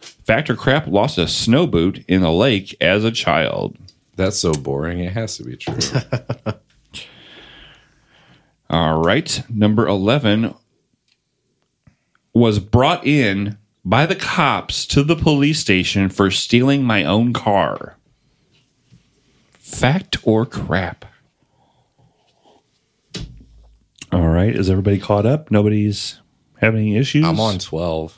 Factor Crap lost a snow boot in the lake as a child.
That's so boring. It has to be true.
All right. Number 11 was brought in by the cops to the police station for stealing my own car. Fact or crap? All right. Is everybody caught up? Nobody's having any issues? I'm on
12.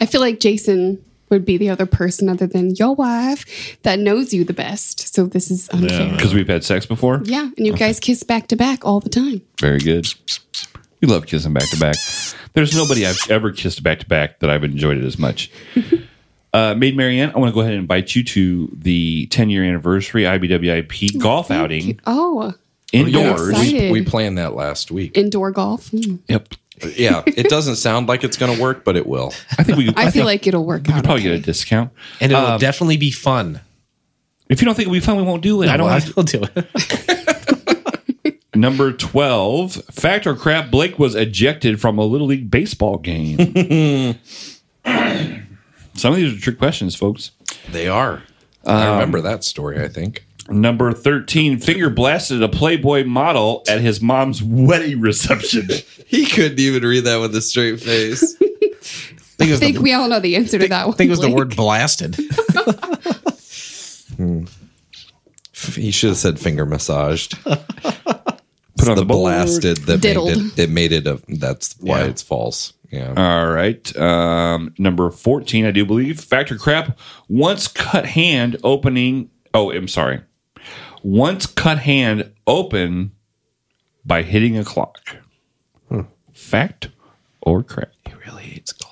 I feel like Jason would be the other person other than your wife that knows you the best. So this is unfair. Yeah,
Because we've had sex before?
and you guys kiss back to back all the time.
Very good. We love kissing back to back. There's nobody I've ever kissed back to back that I've enjoyed it as much. uh, Maid Marianne, I want to go ahead and invite you to the 10 year anniversary IBWIP golf outing
Oh,
indoors.
Excited.
We planned that last week.
indoor golf. Hmm.
Yep.
yeah, it doesn't sound like it's going to work, but it will.
I think we.
I feel like it'll work
we could
out.
probably get a discount,
and it'll
Um,
definitely be fun.
If you don't think it'll be fun, we won't do it. I don't. want
I'll do it.
Number twelve, fact or crap? Blake was ejected from a little league baseball game. Some of these are trick questions, folks. Um,
They are. I remember that story, I think.
Number 13, finger blasted a Playboy model at his mom's wedding reception.
He couldn't even read that with a straight face.
I think, we all know the answer to that one.
I think it was the
Blake.
word blasted.
Hmm. He should have said finger massaged.
Put
the,
on the board.
blasted that
Diddled.
made it. It made it a. That's why it's false. Yeah.
All right. Um, number 14, I do believe. Factor crap. Once cut hand opening. Oh, I'm sorry. Once cut hand open by hitting a clock.
Hmm.
Fact or crap? He really hates clocks.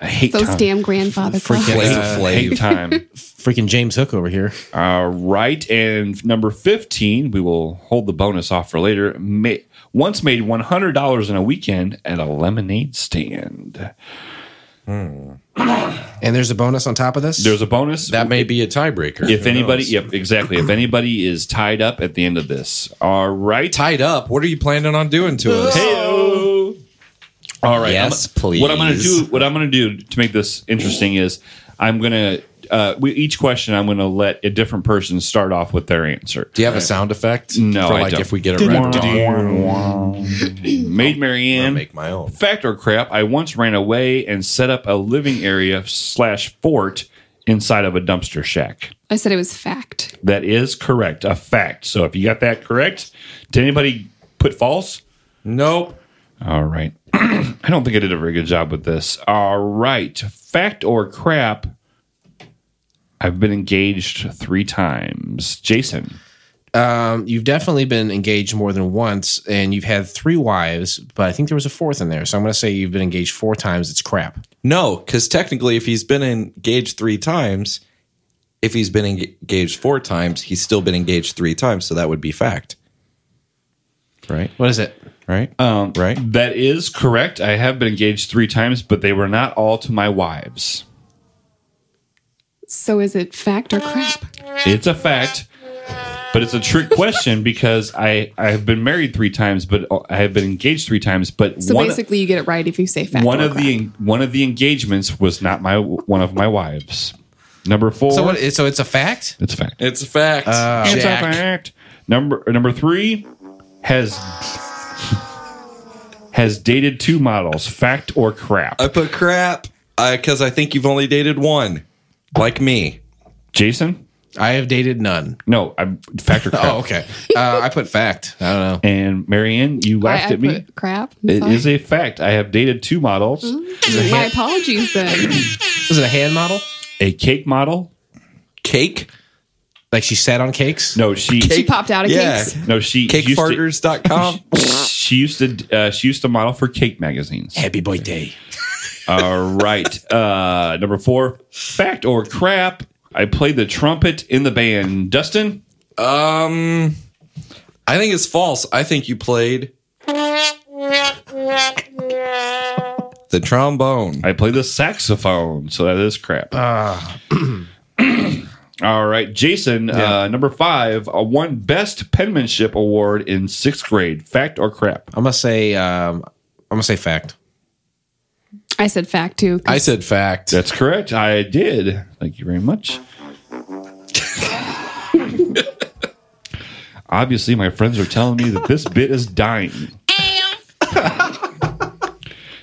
I hate
Those
time.
damn grandfather clocks.
Freaking
Flav Flav.
uh,
hate time.
Freaking James Hook over here.
All right, and number fifteen, we will hold the bonus off for later. Ma- once made one hundred dollars in a weekend at a lemonade stand.
And there's a bonus on top of this.
There's a bonus
That may be a tiebreaker.
if
Who
anybody.
knows?
Yep, exactly. If anybody is tied up at the end of this, all right.
tied up, what are you planning on doing to us?
Heyo. All right.
Yes,
I'm- What I'm going to
please.
do, what I'm going to do to make this interesting is, I'm going to uh, we, each question I'm going to let a different person start off with their answer.
Do you have a sound effect?
No,
for
I
like
don't.
if we get it right. or wrong?
Maid Marianne.
Make my own.
Fact or crap? I once ran away and set up a living area slash fort inside of a dumpster shack.
I said it was fact.
That is correct, a fact. So if you got that correct, did anybody put false?
Nope.
All right. I don't think I did a very good job with this. All right. Fact or crap? I've been engaged three times. Jason.
Um, you've definitely been engaged more than once, and you've had three wives, but I think there was a fourth in there. So I'm going to say you've been engaged four times. It's crap.
No, because technically, if he's been engaged three times, if he's been eng- engaged four times, he's still been engaged three times. So that would be fact. Right?
What is it?
Right?
Um,
Right?
That is correct. I have been engaged three times, but they were not all to my wives.
So is it fact or crap?
It's a fact, but it's a trick question because I I have been married three times, but uh, I have been engaged three times, but
So
one
basically, you get it right if you say fact.
one
or
of the one of the engagements was not my one of my wives. Number four,
So what? So it's a fact. Oh.
it's a fact.
It's a fact.
It's a
Jack.
fact. Number number three has has dated two models. Fact or crap?
I put crap because I think you've only dated one, like me.
Jason?
I have dated none.
No, I'm fact or crap.
Oh, okay. Uh, I put fact. I don't know.
And Marianne, you
crap.
laughed
I, I
at me.
put crap. I'm
It
sorry. Mm-hmm.
is a fact. I have dated two models.
My apologies then.
Was it a hand model?
a cake model.
Cake?
Like she sat on cakes?
No, she.
She popped out of
Yeah.
cakes.
No, she. used to-
Cakefarters.com.
She used to. Uh, she used to model for cake magazines.
Happy birthday.
All right. Uh, number four, fact or crap? I played the trumpet in the band. Dustin.
um, I think it's false. I think you played the trombone.
I play the saxophone, so that is crap. All right, Jason, uh, number five, uh, won Best Penmanship Award in sixth grade. Fact or crap?
I'm gonna say um, I'm gonna say fact.
I said fact too. 'cause-
said fact.
That's correct. I did. Thank you very much. Obviously, my friends are telling me that this bit is dying.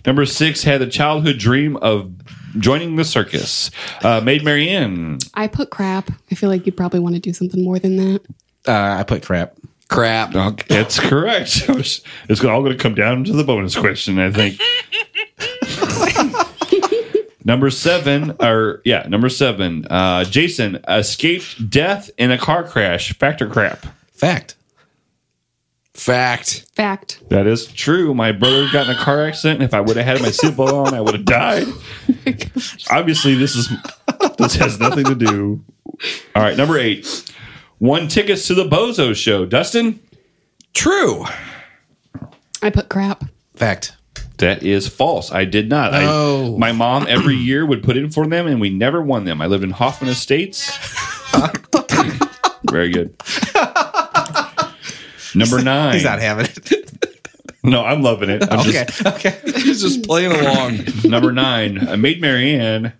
Number six had a childhood dream of joining the circus. Uh, Maid Marianne.
I put crap. I feel like you probably want to do something more than that.
Uh, I put crap.
Crap.
Okay, That's Oh, correct. It's all going to come down to the bonus question, I think. number seven, or yeah, number seven. Uh, Jason escaped death in a car crash. Fact or crap?
Fact.
Fact.
Fact.
That is true. My brother got in a car accident. and If I would have had my seatbelt on, I would have died. Obviously, this is this has nothing to do. All right, number eight. Won tickets to the Bozo show. Dustin,
True.
I put crap.
Fact.
that is false. I did not.
No.
I, my mom every year would put in for them, and we never won them. I lived in Hoffman Estates. Very good. Number nine.
He's not having it.
No, I'm loving it. I'm
okay.
just
okay.
He's just playing along.
Number nine, a maid Marianne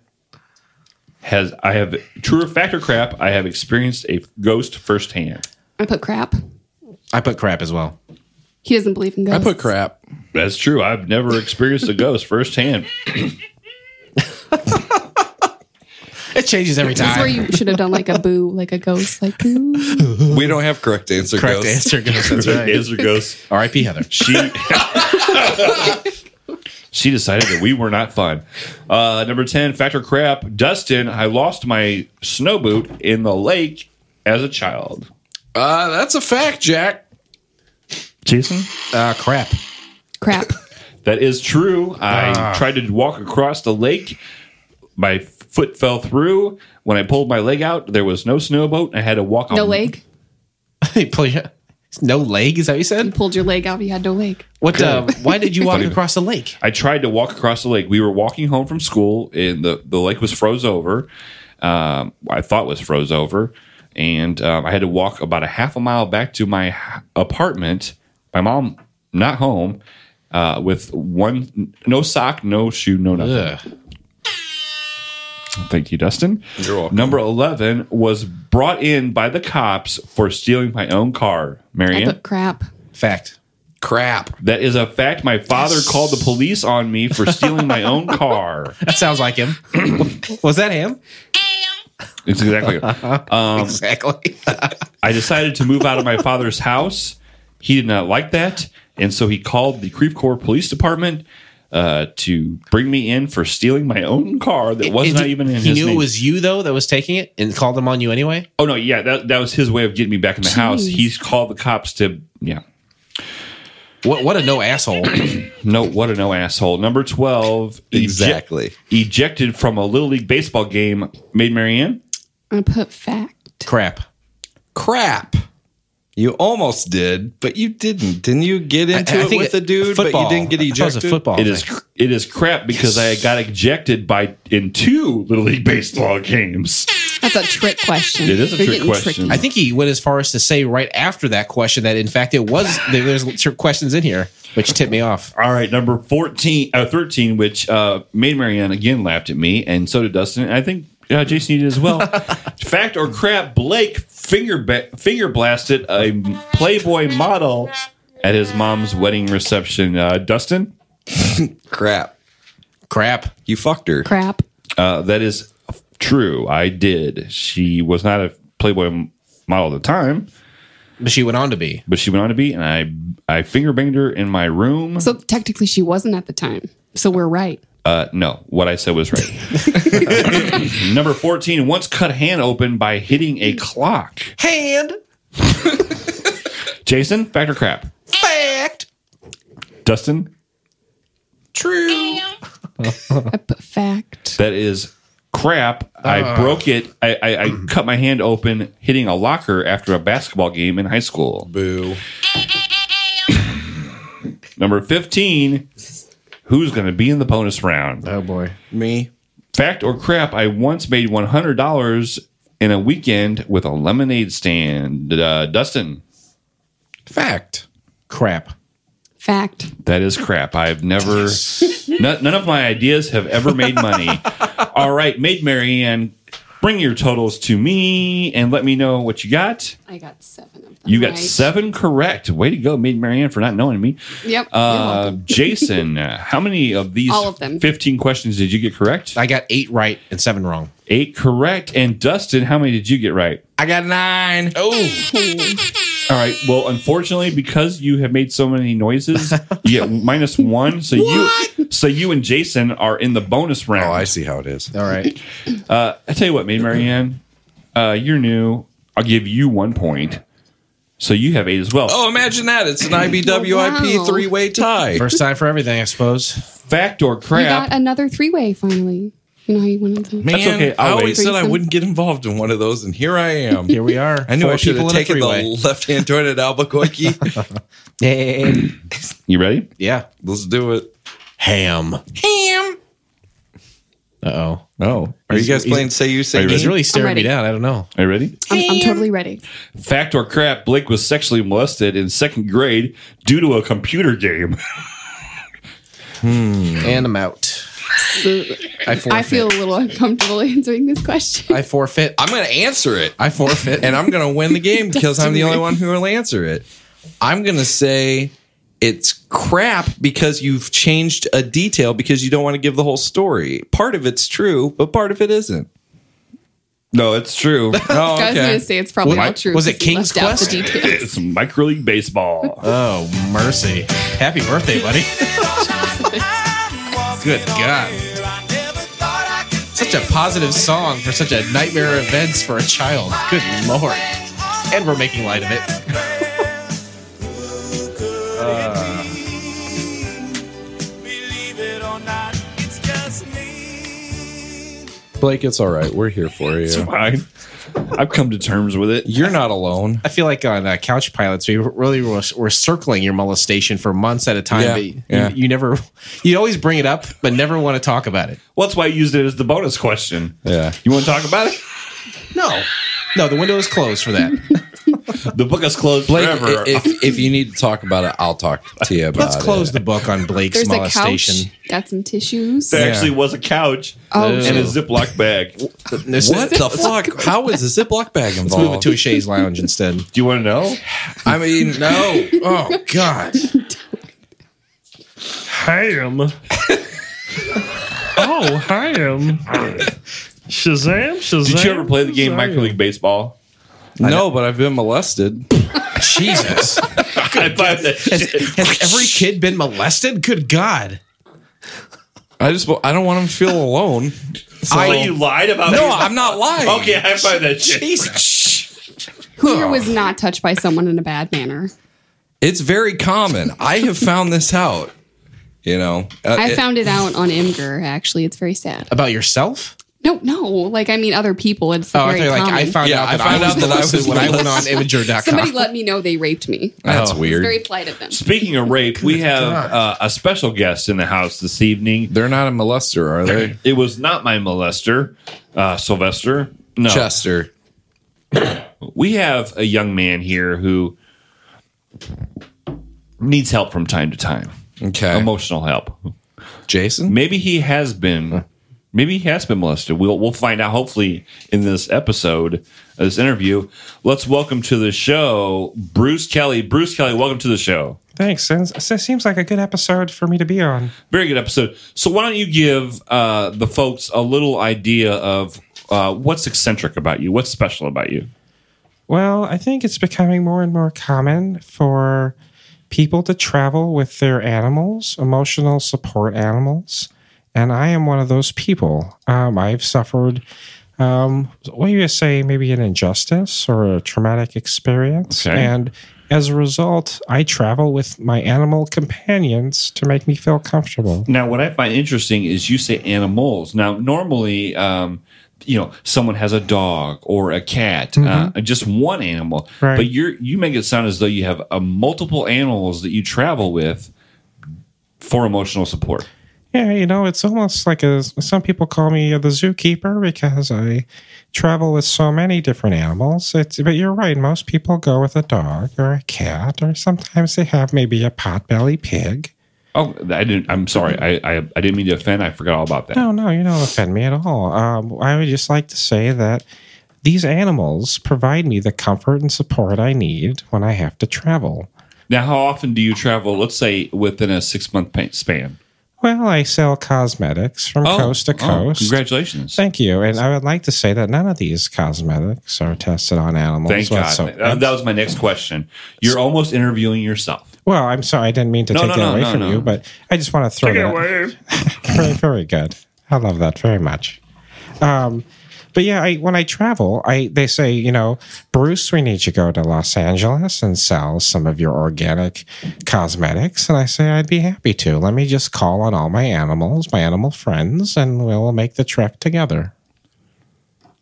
has I have true or fact or crap. I have experienced a ghost firsthand.
I put crap.
I put crap as well.
He doesn't believe in
I
ghosts.
put crap.
That's true. I've never experienced a ghost firsthand.
It changes every
That's where
time.
you should have done like a boo, like a ghost, like boo.
We don't have correct answer.
Correct
ghosts.
answer goes. That's
There
right.
is a ghost.
R.I.P. Heather.
She she decided that we were not fun. Uh, number ten, fact or crap. Dustin, I lost my snow boot in the lake as a child.
Uh, that's a fact, Jack.
Jason,
Uh, crap.
crap.
That is true. I
Ah.
tried to walk across the lake. My foot fell through. When I pulled my leg out, there was no snowboat. I had to walk on
No leg.
You pull your- no leg. Is that what you
You
said?
pulled your leg out. You had no leg.
What? Uh, why did you walk across the lake?
I tried to walk across the lake. We were walking home from school, and the, the lake was froze over. Um, I thought was froze over, and um, I had to walk about a half a mile back to my h- apartment. My mom not home, uh, with one no sock, no shoe, no nothing.
Ugh.
Thank you, Dustin.
You're welcome.
Number 11 was brought in by the cops for stealing my own car.
I
Marianne,
put crap.
Fact.
Crap.
that is a fact. My father called the police on me for stealing my own car.
That sounds like him. Was that him?
It's exactly. Um,
Exactly.
I decided to move out of my father's house. He did not like that. And so he called the Creve Corps Police Department uh, to bring me in for stealing my own car that was
And
not
he-
even in
He
his
knew
name.
it was you though that was taking it and called them on you anyway.
Oh no, yeah, that that was his way of getting me back in the house. He's called the cops to yeah.
What? What a no asshole.
No, what a no asshole. Number twelve, eject-
Exactly.
ejected from a little league baseball game. Made Marianne.
I put fact.
Crap.
Crap. You almost did, but you didn't. Didn't you get into
I
it
think
with the dude,
football.
but you didn't get
I thought it was
ejected?
a football.
It is it is crap because I got ejected by in two little league baseball games.
That's a trick question.
It is a
You're
trick
getting
question.
tricky.
I think he went as far as to say right after that question that in fact it was there, there's trick questions in here which tipped me off.
All right, number fourteen, uh, thirteen, which uh, made Marianne again laughed at me, and so did Dustin. And I think uh, Jason did as well. Fact or crap? Blake finger ba- finger blasted a Playboy model at his mom's wedding reception. Uh, Dustin.
Crap.
Crap.
You fucked her.
crap.
Uh, that is true. I did. She was not a Playboy m- model at the time,
But she went on to be.
but she went on to be, and I I finger banged her in my room.
So technically, she wasn't at the time. So we're right.
Uh, no, what I said was right. Number fourteen. Once cut hand open by hitting a clock.
Hand
Jason, fact or crap?
fact.
Dustin,
True.
I put fact.
that is crap. I
Ah.
broke it. I, I, I cut my hand open hitting a locker after a basketball game in high school. Boo. Number 15. Who's going to be in the bonus round? Oh, boy.
Me.
Fact or crap, I once made $100 in a weekend with a lemonade stand. Uh, Dustin. Fact.
Crap.
Fact.
That is crap. I've never, none, none of my ideas have ever made money. All right, Maid Marianne, bring your totals to me and let me know what you got.
I got seven of them.
You got
right.
seven correct. Way to go, Maid Marianne, for not knowing me.
Yep.
Uh, Jason, uh, how many of these
All of them.
15 questions did you get correct? I got eight right and seven wrong. Eight correct. And Dustin, how many did you get right?
I got nine.
Oh.
All right. Well, unfortunately, because you have made so many noises, you get minus one. So you, so you and Jason are in the bonus round. Oh, I
see how it is.
All right.
Uh, I tell you what, Maid Marianne, uh, you're new. I'll give you one point. So you have eight as well.
Oh, imagine that. It's an IBWIP
Wow.
three way tie.
First time for everything, I suppose.
Fact or
You got another three way finally. You know how you wanted to.
Man, I always said I wouldn't get involved in one of those, and here I am.
Here we are.
I knew
Four
I should have
people in a
taken the
three-way.
left hand turn at Albuquerque.
you ready?
Yeah.
Let's do it.
Ham.
Ham.
Uh oh.
No. Are you guys playing Say You Say Me?
He's really
I'm
staring me
ready.
down. I don't know.
Are you ready?
I'm, I'm totally ready.
Fact or crap, Blake was sexually molested in second grade due to a computer game.
And I'm out.
So-
I
I,
forfeit.
feel a little uncomfortable answering this question.
I forfeit.
I'm going to answer it.
I forfeit.
and I'm going to win the game because I'm the
Dustin
only
wins.
one who will answer it. I'm going to say it's crap because you've changed a detail because you don't want to give the whole story. Part of it's true, but part of it isn't.
No, it's true.
Oh,
I was going to say it's probably
What?
all true.
Was it
because he
King's
left out the
Quest?
details.
It's micro league baseball.
Oh, mercy. Happy birthday, buddy. Good God. Such a positive song for such a nightmare events for a child. Good Lord. And we're making light of it. Uh,
Blake, it's all right. We're here for you.
fine. I've come to terms with it.
You're not alone.
I feel like on uh, Couch Pilots, we really were, were circling your molestation for months at a time.
Yeah,
but you,
yeah.
you never, you always bring it up, but never want to talk about it.
Well, that's why I used it as the bonus question.
Yeah.
You want to talk about it?
No, no, the window is closed for that.
The book is closed
Blake,
forever.
i- if, if you need to talk about it, I'll talk to you about
Let's
it.
close the book on Blake's
There's a couch.
molestation.
Got some tissues.
there actually was a couch
Oh,
and a Ziploc bag. Do
This-
What the fuck? How is a Ziploc bag
Let's move it
involved?
to a chaise lounge instead.
you want to know?
I mean, no.
Oh God!
Ham. oh, ham. Shazam, Shazam.
Did you ever play the game
Shazam.
Micro League Baseball?
No, but I've been molested.
Jesus!
I buy that shit.
Has every kid been molested? Good God!
I just I don't want him to feel alone.
So you lied about
No,
it?
I'm not lying.
Okay, I buy that shit.
Jesus!
Who here was not touched by someone in a bad manner?
It's very common. I have found this out. You know, Uh,
I
it-
found it out on Imgur. Actually, it's very sad.
About yourself?
No, no. Like I mean, other people. It's
Oh, I
very
feel like
common.
I found
Yeah,
out
I
that I,
found
was
out that I
molested
was
when I went on
molested.
imager.com.
Somebody let me know they raped me.
That's
Oh.
weird.
Very polite of them.
Speaking of rape, we have uh, a special guest in the house this evening.
They're not a molester, are they?
It was not my molester, uh, Sylvester. No.
Chester.
we have a young man here who needs help from time to time
Okay.
emotional help
Jason.
maybe he has been maybe he has been molested we'll we'll find out hopefully in this episode this interview let's welcome to the show bruce kelly bruce kelly welcome to the show
Thanks. Sounds, that seems like a good episode for me to be on.
very good episode so why don't you give uh, the folks a little idea of uh, what's eccentric about you what's special about you
Well, I think it's becoming more and more common for people to travel with their animals, emotional support animals. And I am one of those people. Um, I've suffered, um, what do you say, maybe an injustice or a traumatic experience.
Okay.
And As a result, I travel with my animal companions to make me feel comfortable.
Now, what I find interesting is you say animals. Now, normally, um, you know, someone has a dog or a cat, uh, just one animal.
Right.
But you you make it sound as though you have uh, multiple animals that you travel with for emotional support.
Yeah, you know, it's almost like a. Some people call me the zookeeper because I travel with so many different animals. It's, but you're right. Most people go with a dog or a cat, or sometimes they have maybe a potbelly pig.
Oh, I didn't. I'm sorry. I, I I didn't mean to offend. I forgot all about that.
No, no, you don't offend me at all. Um, I would just like to say that these animals provide me the comfort and support I need when I have to travel.
Now, how often do you travel? Let's say within a six month pa- span.
Well, I sell cosmetics from coast to
oh,
coast.
congratulations!
Thank you. And I would like to say that none of these cosmetics are tested on animals.
Thank God.
whatsoever.
Uh, that was my next question. You're almost interviewing yourself.
Well, I'm sorry. I didn't mean to
No,
take
no,
that
no,
away
no,
from
no.
you, but I just want to throw that. very, very good. I love that very much. Um, but yeah, I, when I travel, I they say, you know, Bruce, we need you to go to Los Angeles and sell some of your organic cosmetics. And I say, I'd be happy to. Let me just call on all my animals, my animal friends, and we'll make the trek together.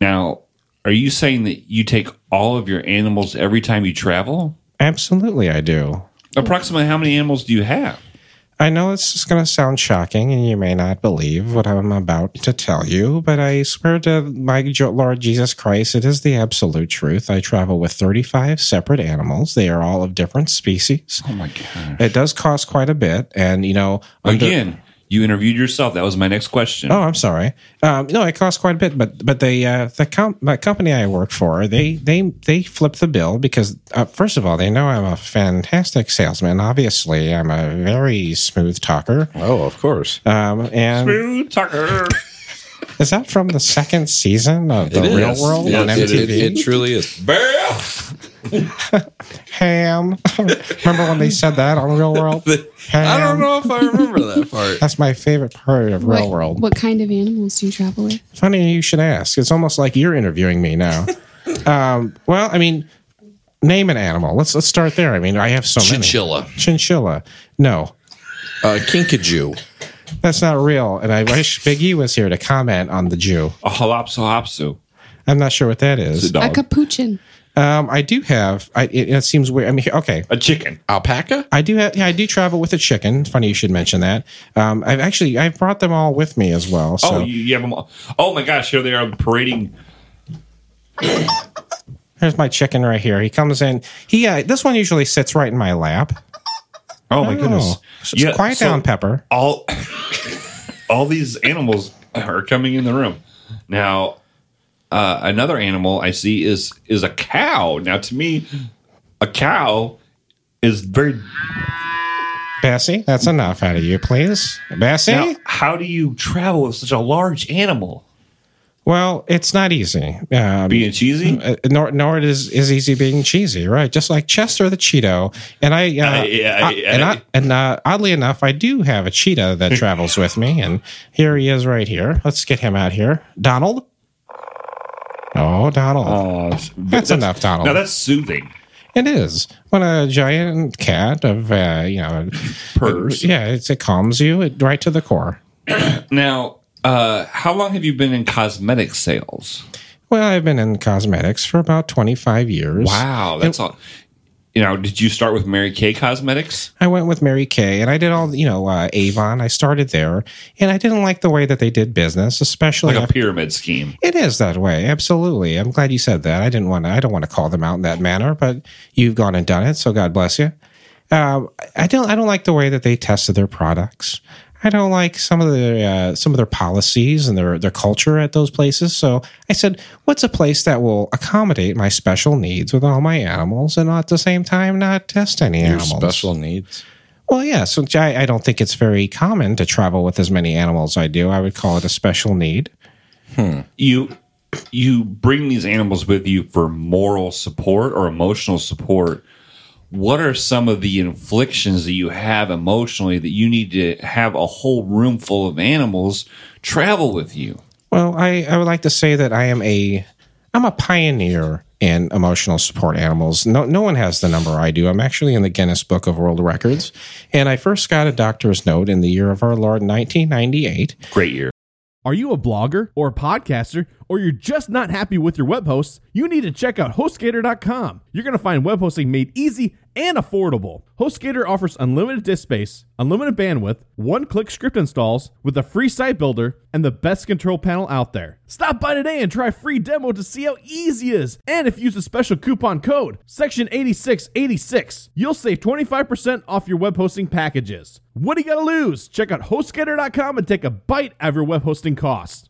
Now, are you saying that you take all of your animals every time you travel?
Absolutely, I do.
Approximately how many animals do you have?
I know this is going to sound shocking, and you may not believe what I'm about to tell you, but I swear to my Jo- Lord Jesus Christ, it is the absolute truth. I travel with 35 separate animals. They are all of different species.
Oh my god!
It does cost quite a bit, and you know, under-
Again, you interviewed yourself. That was my next question.
Oh, I'm sorry. Um, no, it costs quite a bit, but but they uh, the com- my company I work for they they they flip the bill because uh, first of all they know I'm a fantastic salesman. Obviously, I'm a very smooth talker.
Oh, of course.
Um, and
Smooth Tucker.
is that from the second season of The
It is.
Real World
Yes,
on
it-
MTV?
It, it truly is. Bam!
Ham. Remember when they said that on Real World?
I don't know if I remember that part.
That's my favorite part of Real
what,
World.
What kind of animals do you travel with?
Funny you should ask. It's almost like you're interviewing me now. um, well, I mean, name an animal. Let's let's start there. I mean, I have so
Chinchilla.
many. Chinchilla. No,
Uh, kinkajou.
that's not real. And I wish Big E was here to comment on the Jew.
A halapso hapsu.
I'm not sure what that
It's
is.
a dog.
A capuchin.
Um, I do have. I, it, it seems weird. I mean, okay.
A chicken.
Alpaca?
I do have. Yeah, I do travel with a chicken. It's Funny you should mention that. Um, I've actually I've brought them all with me as well. So
Oh, you, you have them all. Oh my gosh! Here they are parading.
here's my chicken right here. He comes in. He uh, this one usually sits right in my lap.
Oh my goodness!
So quiet down, Pepper.
All all these animals are coming in the room now. Uh, another animal I see is is a cow. Now, to me, a cow is very.
Bessie, that's enough out of you, please. Bessie?
Now, how do you travel with such a large animal?
Well, it's not easy. Um,
Being cheesy,
uh, nor nor it is is easy being cheesy, right? Just like Chester the Cheeto, and I, uh,
I- yeah, I-
I- and I,
I-
and uh, oddly enough, I do have a cheetah that travels with me, and here he is right here. Let's get him out here, Donald. Oh, Donald, that's, enough, Donald.
Now that's soothing.
It is when a giant cat of uh, you know
Purrs.
Yeah, it's, it calms you it, right to the core.
Now, uh, how long have you been in cosmetic sales?
Well, I've been in cosmetics for about 25 years.
Wow, that's all. You know, did you start with Mary Kay Cosmetics?
I went with Mary Kay and I did all, you know, uh, Avon. I started there and I didn't like the way that they did business, especially.
Like a pyramid scheme.
it is that way. Absolutely. I'm glad you said that. I didn't want to, I don't want to call them out in that manner, but you've gone and done it. So God bless you. Um, I don't, I don't like the way that they tested their products. I don't like some of the uh, some of their policies and their their culture at those places. So I said, "What's a place that will accommodate my special needs with all my animals, and at the same time not test any
Your
animals?"
special needs.
Well, yeah. So I, I don't think it's very common to travel with as many animals. I do. I would call it a special need.
You you bring these animals with you for moral support or emotional support. What are some of the inflictions that you have emotionally that you need to have a whole room full of animals travel with you?
Well, I, I would like to say that I am a I'm a pioneer and emotional support animals. No, no one has the number I do. I'm actually in the Guinness Book of World Records. And I first got a doctor's note in the year of our Lord 1998.
Great year.
Are you a blogger or a podcaster, or you're just not happy with your web hosts? You need to check out HostGator.com. You're going to find web hosting made easy and affordable. HostGator offers unlimited disk space, unlimited bandwidth, one click script installs with a free site builder, and the best control panel out there. Stop by today and try a free demo to see how easy it is. And if you use the special coupon code, section 8686, you'll save 25% off your web hosting packages. What do you got to lose? Check out HostGator.com and take a bite out of your web hosting costs.